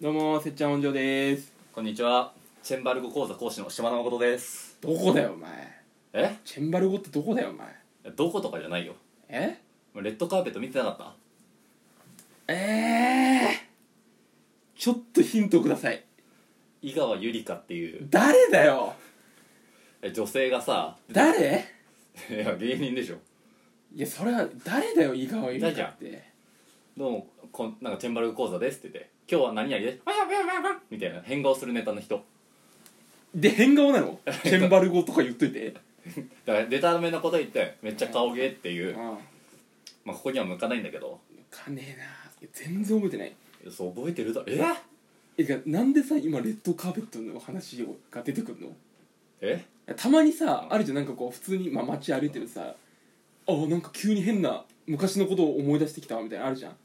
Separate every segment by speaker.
Speaker 1: どうもせっちゃん本庄です
Speaker 2: こんにちはチェンバルゴ講座講師の島田誠です
Speaker 1: どこだよお前
Speaker 2: え
Speaker 1: チェンバル語ってどこだよお前
Speaker 2: どことかじゃないよ
Speaker 1: え
Speaker 2: レッドカーペット見てなかった
Speaker 1: ええー、ちょっとヒントください
Speaker 2: 井川由里香っていう
Speaker 1: 誰だよ
Speaker 2: え女性がさ
Speaker 1: 誰
Speaker 2: いや芸人でしょ
Speaker 1: いやそれは誰だよ井川由里香って
Speaker 2: どうもこんなんかチェンバルゴ講座ですって言って今日は何々ですわやわやわやわやみたいな変顔するネタの人
Speaker 1: で変顔な のチェンバル語とか言っといて
Speaker 2: だからデタラメなこと言ってめっちゃ顔芸っていうう、
Speaker 1: ん
Speaker 2: まあ、ここには向かないんだけど
Speaker 1: かねえないや全然覚えてない
Speaker 2: そう覚えてるだえ
Speaker 1: えてかなんでさ今レッドカーペットの話が出てくるの
Speaker 2: え
Speaker 1: たまにさあるじゃんなんかこう普通に、まあ、街歩いてるさあなんか急に変な昔のことを思い出してきたみたいなのあるじゃん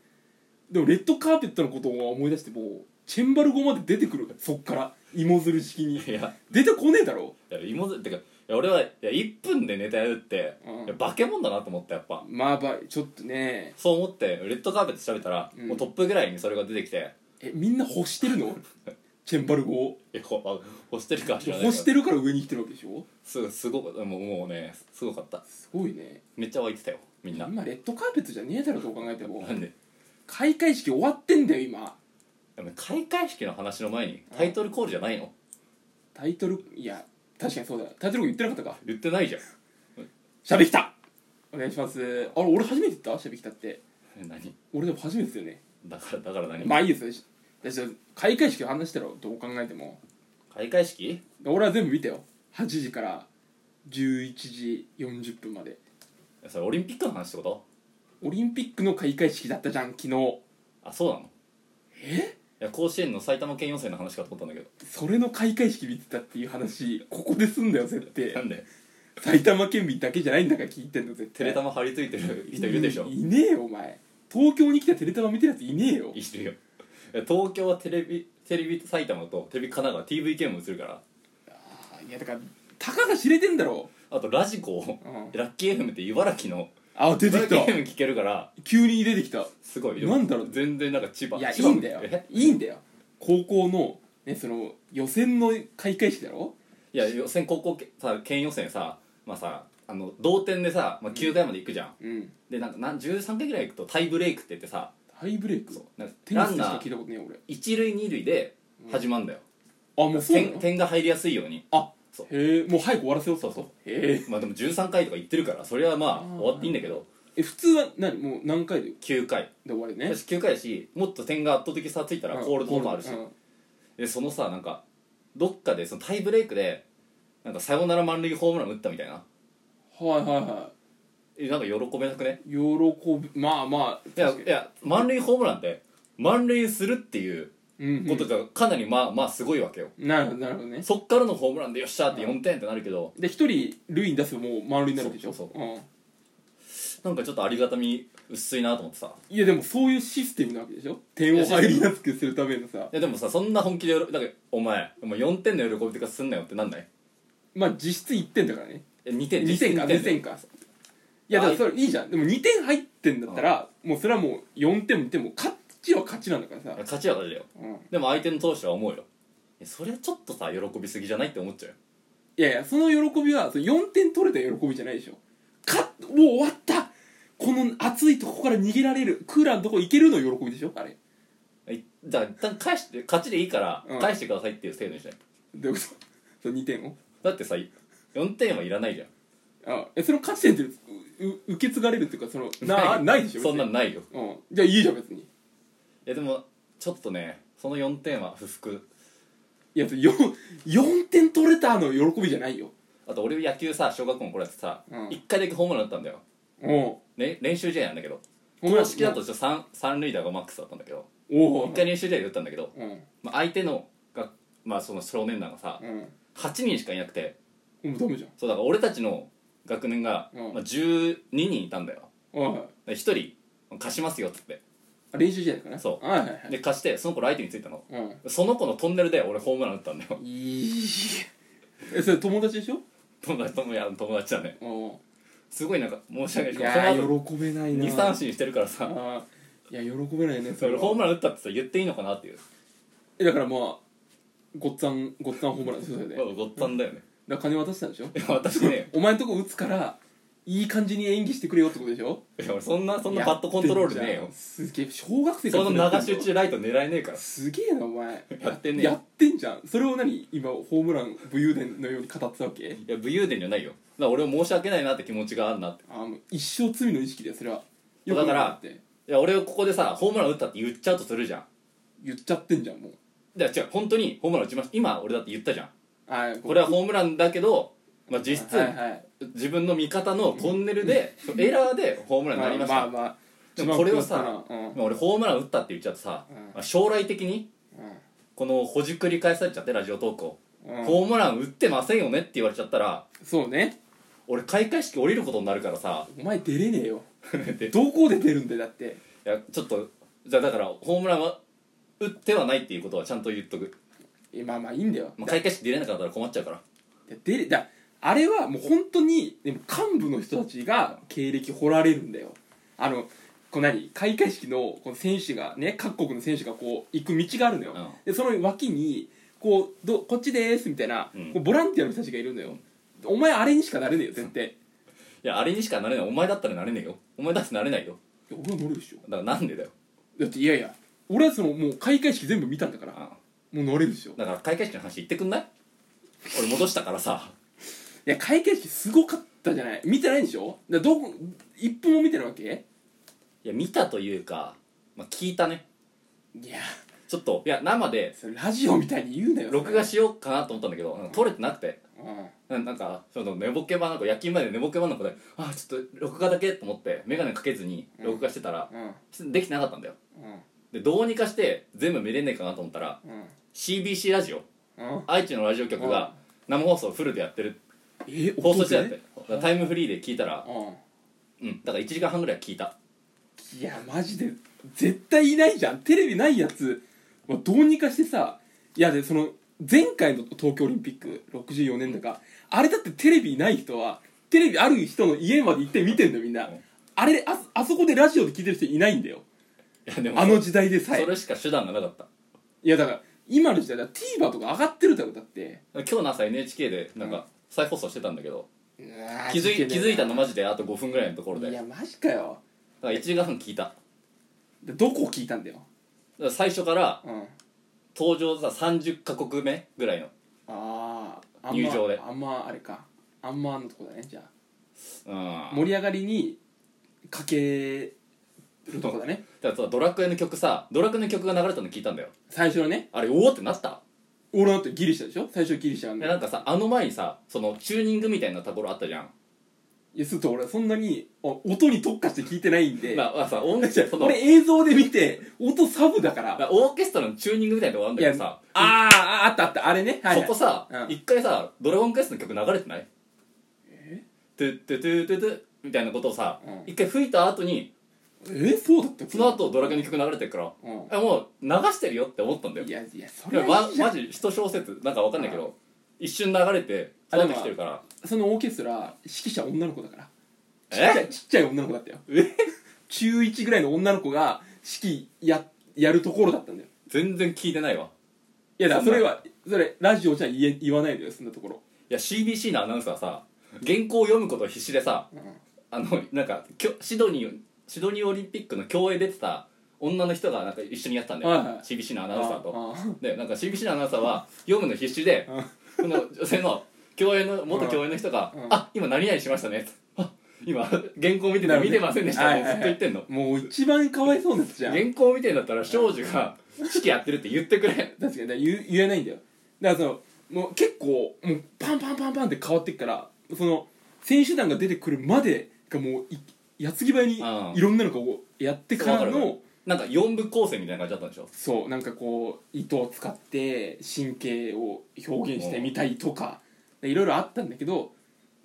Speaker 1: でもレッドカーペットのことを思い出してもうチェンバル語まで出てくるそっから芋づる式に
Speaker 2: いや
Speaker 1: 出てこねえだろ
Speaker 2: いや芋づってかいや俺はいや1分でネタやるって、
Speaker 1: うん
Speaker 2: いや化け物だなと思ったやっぱ
Speaker 1: まあばちょっとね
Speaker 2: そう思ってレッドカーペット調べたら、
Speaker 1: うん
Speaker 2: もうトップぐらいにそれが出てきて
Speaker 1: えみんな欲してるのチェンバル語を
Speaker 2: えこあ干してるか知らない
Speaker 1: 欲して
Speaker 2: る
Speaker 1: るから上に来てるわけでしょ
Speaker 2: すすごくもうもうねすごかった
Speaker 1: すごいね
Speaker 2: めっちゃ湧いてたよみんな
Speaker 1: 今レッドカーペットじゃねえだろどう考えても
Speaker 2: なんで
Speaker 1: 開会式終わってんだよ今
Speaker 2: でも開会式の話の前にタイトルコールじゃないの
Speaker 1: タイトルいや確かにそうだタイトル言ってなかったか
Speaker 2: 言ってないじゃん
Speaker 1: しゃべきたお願いしますあれ俺初めて言ったしゃべきたって
Speaker 2: え何
Speaker 1: 俺でも初めてですよね
Speaker 2: だからだから何、
Speaker 1: まあいいですよ私開会式の話したらどう考えても
Speaker 2: 開会式
Speaker 1: 俺は全部見てよ8時から11時40分まで
Speaker 2: それオリンピックの話ってこと
Speaker 1: オリンピックの開会式だったじゃん昨日
Speaker 2: あそうなの
Speaker 1: え
Speaker 2: いや甲子園の埼玉県予選の話かと思ったんだけど
Speaker 1: それの開会式見てたっていう話ここですんだよ絶
Speaker 2: な
Speaker 1: 対
Speaker 2: んで
Speaker 1: 埼玉県民だけじゃないんだから聞いてんの絶
Speaker 2: テ
Speaker 1: 対
Speaker 2: レタマ張り付いてる人いるでしょ
Speaker 1: いいねえよお前東京に来たテレタマ見てるやついねえよ
Speaker 2: いるよいや東京はテレビテレビ埼玉とテレビ神奈川 TVK も映るから
Speaker 1: あいやだからたかが知れてんだろ
Speaker 2: あとラジコを、
Speaker 1: うん
Speaker 2: ラッキー FM って茨城の
Speaker 1: あ出て
Speaker 2: 茨
Speaker 1: き
Speaker 2: 城
Speaker 1: た
Speaker 2: FM 聞けるから
Speaker 1: 急に出てきた
Speaker 2: すごい
Speaker 1: なんだろう
Speaker 2: 全然なんか千葉
Speaker 1: いやい
Speaker 2: 千
Speaker 1: い
Speaker 2: 葉
Speaker 1: んだよ
Speaker 2: え
Speaker 1: いいんだよ高校の,、ね、その予選の開会式だろ
Speaker 2: いや予選高校けさ県予選さまあさあの同点でさ、まあ、9回まで行くじゃん、
Speaker 1: うん
Speaker 2: でなんかなん13回ぐらい行くとタイブレイクって言ってさ
Speaker 1: タイブレイク
Speaker 2: そうなんか
Speaker 1: テニ
Speaker 2: ラ
Speaker 1: ス
Speaker 2: ン
Speaker 1: で
Speaker 2: ナ
Speaker 1: しか聞い
Speaker 2: ー
Speaker 1: たことねえ俺
Speaker 2: 一塁二塁で始まるんだよ、
Speaker 1: あもうそうな
Speaker 2: 点
Speaker 1: の
Speaker 2: 点が入りやすいように
Speaker 1: あ
Speaker 2: そう
Speaker 1: へえもう早く終わらせよう
Speaker 2: そうそう
Speaker 1: へ
Speaker 2: まあでも13回とか行ってるからそれはまあ
Speaker 1: ー
Speaker 2: 終わっていいんだけど
Speaker 1: え普通は何もう何回で
Speaker 2: 9回
Speaker 1: で終わるね
Speaker 2: 私9回だしもっと点が圧倒的差ついたら
Speaker 1: うん
Speaker 2: コールドもあるし、
Speaker 1: うん
Speaker 2: でそのさなんかどっかでそのタイブレイクでなんかサヨナラ満塁ホームラン打ったみたいな
Speaker 1: はいはいは
Speaker 2: えなんか喜べなくね
Speaker 1: い喜びまあまあ
Speaker 2: いや
Speaker 1: 確か
Speaker 2: いや満塁ホームランって満塁するっていう
Speaker 1: にうん、う
Speaker 2: ことがかなりまあまあすごいわけよ
Speaker 1: ん、なるほどなるほどね
Speaker 2: そっからのホームランでよっしゃーって4点ってなるけど
Speaker 1: で一人塁に出すともう満塁になるわけでしょ
Speaker 2: そう
Speaker 1: うん、
Speaker 2: なんかちょっとありがたみ薄いなと思ってさ
Speaker 1: いやでもそういうシステムなわけでしょ点を入りやすくするためのさ
Speaker 2: いやでもさそんな本気で喜なんかお前お前4点の喜びとかすんなよってなんない
Speaker 1: まあ実質1点だからね
Speaker 2: え2点
Speaker 1: 2点か2点
Speaker 2: か
Speaker 1: かいやだからそれいいじゃんでも2点入ってんだったらもうそれはもう4点も2点も勝ちは勝ちなんだからさ、
Speaker 2: 勝ちは勝ちだよ
Speaker 1: うん、い
Speaker 2: でも相手の投手は思うよえそれはちょっとさ喜びすぎじゃないって思っちゃうよ
Speaker 1: やいやその喜びはその4点取れた喜びじゃないでしょ勝っもう終わったこの暑いとこから逃げられるクーラーのとこ行けるの喜びでしょあれ
Speaker 2: えだから一旦返して勝ちでいいから
Speaker 1: うん
Speaker 2: 返してくださいっていう制度にしない、
Speaker 1: どういうことその2点を
Speaker 2: だってさ4点はいらないじゃん
Speaker 1: あえその勝ち点ってうう受け継がれるっていうかそのなないでしょ
Speaker 2: そんなの
Speaker 1: 別
Speaker 2: ないよ
Speaker 1: にうんじゃあいいじゃん別に
Speaker 2: えでもちょっとねその4点は不服
Speaker 1: いやそれよ4点取れたの喜びじゃないよ
Speaker 2: あと俺野球さ小学校の頃やってさ、
Speaker 1: うん
Speaker 2: 1回だけホームラン打ったんだよ、
Speaker 1: うん
Speaker 2: ね、練習試合なんだけど
Speaker 1: ホームラ
Speaker 2: 公
Speaker 1: ン
Speaker 2: 式だとちょっと 3, 三塁打がマックスだったんだけど
Speaker 1: おお
Speaker 2: 1回練習試合で打ったんだけど、
Speaker 1: うん
Speaker 2: まあ、相手のが、まあ、その少年団がさ
Speaker 1: うん
Speaker 2: 8人しかいなくて
Speaker 1: もうダメじゃん
Speaker 2: そうだから俺たちの学年が、
Speaker 1: うん
Speaker 2: まあ、12人いたんだよ
Speaker 1: はいはい
Speaker 2: で1人貸しますよっつって
Speaker 1: あ練習試合だからね
Speaker 2: そう
Speaker 1: はいはいはい
Speaker 2: で貸してその子の相手についたの
Speaker 1: う
Speaker 2: その子のトンネルで俺ホームラン打ったんだよ
Speaker 1: んいいえそれ友達でしょ
Speaker 2: 友達ともいや友達だね
Speaker 1: う
Speaker 2: すごいなんか申し訳
Speaker 1: んい
Speaker 2: ない
Speaker 1: や
Speaker 2: その後
Speaker 1: ー喜べないな
Speaker 2: 2三振してるからさ
Speaker 1: あーいや喜べないね
Speaker 2: そ
Speaker 1: れ
Speaker 2: れ
Speaker 1: は
Speaker 2: ホームラン打ったってさ言っていいのかなっていう
Speaker 1: えだからまあごっつぁんごっつぁんホームランですよそれで
Speaker 2: ま
Speaker 1: だ
Speaker 2: あ
Speaker 1: か
Speaker 2: ごったんだよね
Speaker 1: ら金渡したんでしょ
Speaker 2: いや私ね
Speaker 1: お前んとこ打つからいい感じに演技してくれよってことでしょ
Speaker 2: いや俺そんなそんなバットコントロールねえ
Speaker 1: やってん
Speaker 2: よ
Speaker 1: じゃんすげえ小学生
Speaker 2: その
Speaker 1: や
Speaker 2: 長
Speaker 1: ってん
Speaker 2: 集
Speaker 1: の
Speaker 2: 中ライト狙えねえから
Speaker 1: すげえなお前
Speaker 2: やってんね
Speaker 1: やってんじゃんそれを何今ホームラン武勇伝のように語ってたわけ
Speaker 2: いや武勇伝じゃないよだから俺は申し訳ないなって気持ちがあるなって
Speaker 1: あもう一生罪の意識だよそれはよく
Speaker 2: だから
Speaker 1: わって
Speaker 2: いや俺はここでさホームラン打ったって言っちゃうとするじゃん
Speaker 1: 言っちゃってんじゃんもう
Speaker 2: だから違う本当にホームラン打ちました今俺だって言ったじゃん
Speaker 1: あ
Speaker 2: これはホームランだけど、まあ、実質、
Speaker 1: はいはい
Speaker 2: 自分の味方のトンネルで、エラーでホームランになりました、
Speaker 1: まあまあ
Speaker 2: でもこれをさ
Speaker 1: 一番
Speaker 2: まあ俺ホームラン打ったって言っちゃってさ、
Speaker 1: うん
Speaker 2: まあ将来的にこのほじくり返されちゃってラジオ投稿、
Speaker 1: 食らったなうんうん
Speaker 2: ホームラン打ってませんよねって言われちゃったら
Speaker 1: そうね
Speaker 2: 俺開会式降りることになるからさ
Speaker 1: お前出れねえ よ
Speaker 2: でい
Speaker 1: どこで出るんだよだって
Speaker 2: やちょっとじゃあだからホームランは打ってはないっていうことはちゃんと言っとく、
Speaker 1: えまあまあいいんだよ
Speaker 2: まあ、開会式出れなかったら困っちゃうから
Speaker 1: いや出れだあれはもう本当にでも幹部の人たちが経歴掘られるんだよあのこう何開会式のこの選手がね各国の選手がこう行く道があるのよ、
Speaker 2: うん
Speaker 1: でその脇にこうど「こっちです」みたいな、
Speaker 2: うん
Speaker 1: こうボランティアの人たちがいるのよ、お前あれにしかなれねえよ絶対い
Speaker 2: いやあれにしかなれないお前だったらなれねえよお前だってなれないよ
Speaker 1: や俺は乗るでしょ
Speaker 2: だからなんでだよ、
Speaker 1: だっていやいや俺はそのもう開会式全部見たんだから
Speaker 2: うん
Speaker 1: もう乗れるでしょい
Speaker 2: だから開会式の話言ってくんない俺戻したからさ
Speaker 1: や開会式すごかったじゃない見てないでしょだからどこ一分も見てないわけ
Speaker 2: いや見たというか、まあ、聞いたね
Speaker 1: いや
Speaker 2: ちょっといや生で
Speaker 1: それラジオみたいに言うなよそれ
Speaker 2: 録画しようかなと思ったんだけどなんか撮れてなくて
Speaker 1: うん
Speaker 2: ななんかその寝ぼけばな子夜勤まで寝ぼけばな子であーちょっと録画だけと思って眼鏡かけずに録画してたら、
Speaker 1: うん
Speaker 2: できてなかったんだよ
Speaker 1: うん
Speaker 2: でどうにかして全部見れねえかなと思ったら
Speaker 1: うん
Speaker 2: CBC ラジオ
Speaker 1: うん
Speaker 2: 愛知のラジオ局が生放送フルでやってる
Speaker 1: え
Speaker 2: 放送中だってだからタイムフリーで聞いたら
Speaker 1: う
Speaker 2: うんだから1時間半ぐらい聞いた
Speaker 1: んいやマジで絶対いないじゃんテレビないやつはどうにかしてさいやでその前回の東京オリンピック64年だかあれだってテレビない人はテレビある人の家まで行って見てんだよみんな
Speaker 2: うん
Speaker 1: あれああそこでラジオで聞いてる人いないんだよ
Speaker 2: いやでも
Speaker 1: あの時代でさえ
Speaker 2: それしか手段がなかった
Speaker 1: いやだから今の時代だ TVer とか上がってるだろだって
Speaker 2: 今日の朝 NHK でなん
Speaker 1: うん
Speaker 2: か再放送してたんだけど、
Speaker 1: 気
Speaker 2: 気づい気づいたのマジであと5分ぐらいのところで
Speaker 1: い
Speaker 2: だ
Speaker 1: や
Speaker 2: か
Speaker 1: マジかよ
Speaker 2: ら1時間半聞いただか
Speaker 1: でどこを聞いたんだよ
Speaker 2: ら最初から
Speaker 1: うん
Speaker 2: 登場さ30カ国目ぐらいの、
Speaker 1: あああんま
Speaker 2: 入場で
Speaker 1: あんまあれかあんまあのとこだねじゃあ
Speaker 2: うん、
Speaker 1: 盛り上がりにかけるとこだね
Speaker 2: だからドラクエの曲さドラクエの曲が流れたの聞いたんだよ
Speaker 1: 最初のね
Speaker 2: あれおおってなった
Speaker 1: 俺だってギリシャでしょ最初ギリシャなん
Speaker 2: でな
Speaker 1: だ
Speaker 2: んかさあの前にさそのチューニングみたいなところあったじゃん、
Speaker 1: いやすると俺はそんなにあ音に特化して聞いてないんで、
Speaker 2: まあ、まあ さ音楽その
Speaker 1: 俺映像で見て音サブだか
Speaker 2: ま
Speaker 1: ら
Speaker 2: あオーケストラのチューニングみたいなとこあるん
Speaker 1: い
Speaker 2: だけ
Speaker 1: や
Speaker 2: どさ
Speaker 1: あああったあったあれねはい、
Speaker 2: そ
Speaker 1: はい
Speaker 2: こ、さ
Speaker 1: うん
Speaker 2: 一回さ「ドラゴンクエスト」の曲流れてないトゥットゥトゥトゥトゥみたいなことをさ
Speaker 1: うん
Speaker 2: 一回吹いた後に
Speaker 1: えそうだったっけ
Speaker 2: その後ドラクエの曲流れてるから
Speaker 1: う
Speaker 2: あもう流してるよって思ったんだよ
Speaker 1: んいやいやそ
Speaker 2: い
Speaker 1: れ
Speaker 2: や
Speaker 1: は
Speaker 2: ま
Speaker 1: いいじゃん
Speaker 2: マジ一小節なんかわかんないけど一瞬流れて
Speaker 1: あで
Speaker 2: 帰
Speaker 1: も
Speaker 2: ってきてるから
Speaker 1: そのオーケストラ指揮者女の子だからちっちゃい
Speaker 2: え
Speaker 1: ちっちゃい女の子だったよ
Speaker 2: え
Speaker 1: 中1ぐらいの女の子が式ややるところだったんだよ
Speaker 2: 全然聞いてないわ
Speaker 1: いやだからそ
Speaker 2: そ
Speaker 1: れ
Speaker 2: んな
Speaker 1: はそれラジオじゃ言え言わないのよそんなところ、
Speaker 2: いや CBC のアナウンサーさ原稿を読むことを必死でさあのなんかきょシドニーシドニーオリンピックの競泳出てた女の人がなんか一緒にやってたんだよ、
Speaker 1: はいはい
Speaker 2: CBC のアナウンサーと
Speaker 1: あ
Speaker 2: でなんか CBC のアナウンサーは読むの必死で
Speaker 1: あ
Speaker 2: その女性の共演の元共演の人が
Speaker 1: うんうん
Speaker 2: 「あ今何々しましたね」あ今原稿見
Speaker 1: なるほ
Speaker 2: てて
Speaker 1: ど
Speaker 2: 見てませんでした」
Speaker 1: は
Speaker 2: っ
Speaker 1: い
Speaker 2: て
Speaker 1: はいは
Speaker 2: ずっ
Speaker 1: い
Speaker 2: と言ってんの
Speaker 1: あもう一番かわいそうなやつじゃん
Speaker 2: 原稿見てんだったら少女が式やってるって言ってくれ
Speaker 1: 確かにだから言う言えないんだよだからそのもう結構もうパンパンパンパンって変わってくからその選手団が出てくるまでがもうい矢継ぎ早に
Speaker 2: うん
Speaker 1: いろんなのがこうやってから
Speaker 2: そうわかる
Speaker 1: の
Speaker 2: なんか4部構成みたいな感じだったんでしょ
Speaker 1: そうなんかこう糸を使って神経を表現してみたいとかいろいろあったんだけど、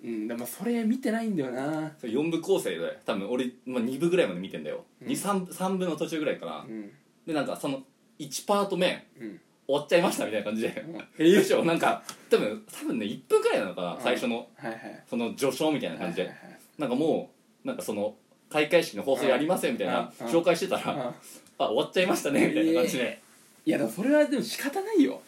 Speaker 1: うん、でもそれ見てないんだよな、
Speaker 2: それ4部構成で多分俺、まあ、2部ぐらいまで見てんだよ、
Speaker 1: うん
Speaker 2: 二三 3, 部の途中ぐらいかな、
Speaker 1: うん
Speaker 2: でなんかその1パート目
Speaker 1: うん、
Speaker 2: 終わっちゃいましたみたいな感じで
Speaker 1: うん
Speaker 2: えよいしょなんか多分多分ね1分ぐらいなのかな、
Speaker 1: うん
Speaker 2: 最初の
Speaker 1: はいはい
Speaker 2: その序章みたいな感じで、
Speaker 1: はい
Speaker 2: なんかもうなんかその開会式の放送やりますよみたいな
Speaker 1: うん
Speaker 2: 紹介してたら、
Speaker 1: はいはい
Speaker 2: あ終わっちゃいましたねみたいな感じで、
Speaker 1: いやでもそれはでも仕方ないよ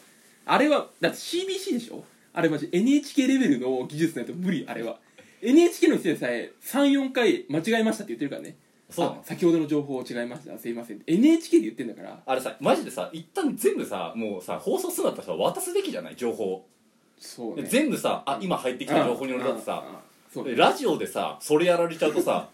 Speaker 1: あれはだって CBC でしょあれマジ NHK レベルの技術ないと無理あれは NHK の人でさえ34回間違えましたって言ってるからね
Speaker 2: そうな
Speaker 1: あ
Speaker 2: の
Speaker 1: 先ほどの情報違いましたすいません NHK で言ってんだから
Speaker 2: あれさマジでさ一旦全部さもうさ放送するんだったらさ渡すべきじゃない情報、
Speaker 1: そうね
Speaker 2: 全部さあ今入ってきた情報に俺だっ
Speaker 1: うんうん
Speaker 2: て
Speaker 1: うん
Speaker 2: さ
Speaker 1: そうね
Speaker 2: ラジオでさそれやられちゃうとさ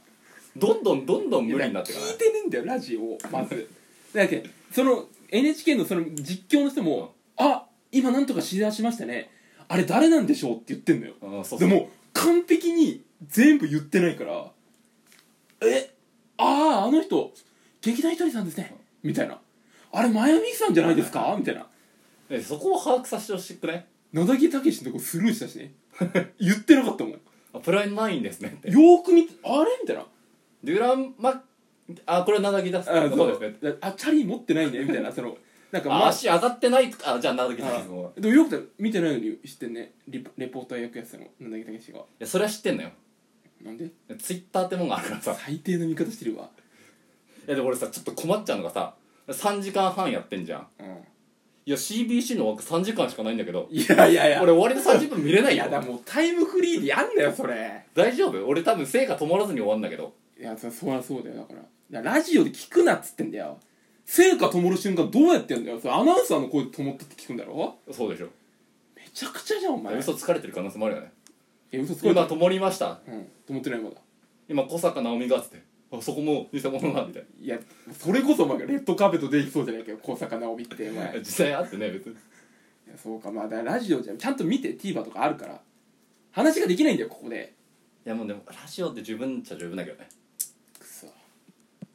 Speaker 2: どんどんどんどん無理になってか
Speaker 1: 聞いてねえんだよラジオをま ずだってその NHK のその実況の人も「あ今なんとか知り出しましたねあれ誰なんでしょう?」って言ってんのよ
Speaker 2: らない、うん、そう
Speaker 1: で
Speaker 2: そう
Speaker 1: も完璧に全部言ってないから「えあああの人劇団ひとりさんですね」みたいな「あれマヤミキさんじゃないですか?」みたいな
Speaker 2: えそこを把握させてほしくない
Speaker 1: 野崎武のとこスルーしたし ね言ってなかったもんよ
Speaker 2: あプライムナインですねって
Speaker 1: ーく見て「あれ?」みたいな
Speaker 2: デュランマッあこれは長木出す
Speaker 1: あ
Speaker 2: そ
Speaker 1: そうう
Speaker 2: ですね
Speaker 1: あチャリ持ってないねみたいなそのなんか
Speaker 2: あ足上がってないあじゃあ長木出すのい
Speaker 1: あでもよく見てないのに知ってんねリポレポーター役やってたのなんだっけたけしが
Speaker 2: やそれは知ってんのよ
Speaker 1: なんで
Speaker 2: ツイッターってもんがあるからさ
Speaker 1: 最低の見方してるわ
Speaker 2: いやでも俺さちょっと困っちゃうのがさ3時間半やってんじゃん
Speaker 1: うん
Speaker 2: いや CBC の枠3時間しかないんだけど
Speaker 1: いやいやいや
Speaker 2: 俺終わりの30分見れないいよ
Speaker 1: やだもうタイムフリーでやんだよそれ
Speaker 2: 大丈夫俺多分成果止まらずに終わんだけど
Speaker 1: いやそそりゃそうだよだからだからラジオで聞くなっつってんだよ成果灯る瞬間どうやってんだよそれアナウンサーの声で灯ったって聞くんだろ
Speaker 2: そうでしょ
Speaker 1: めちゃくちゃじゃんお前
Speaker 2: 嘘つかれてる可能性もあるよね
Speaker 1: え嘘つこう
Speaker 2: 今灯りました
Speaker 1: うん灯ってないまだ
Speaker 2: 今小坂直美がっつってあそこも偽物だみたい
Speaker 1: いやそれこそお前がレッドカーペット出てきそうじゃないかよ小坂直美ってお前
Speaker 2: な実際あってね別に
Speaker 1: いやそうかまあだからラジオじゃちゃんと見て TVer とかあるから話ができないんだよここで
Speaker 2: いやもうでもラジオって十分っちゃ十分だけどね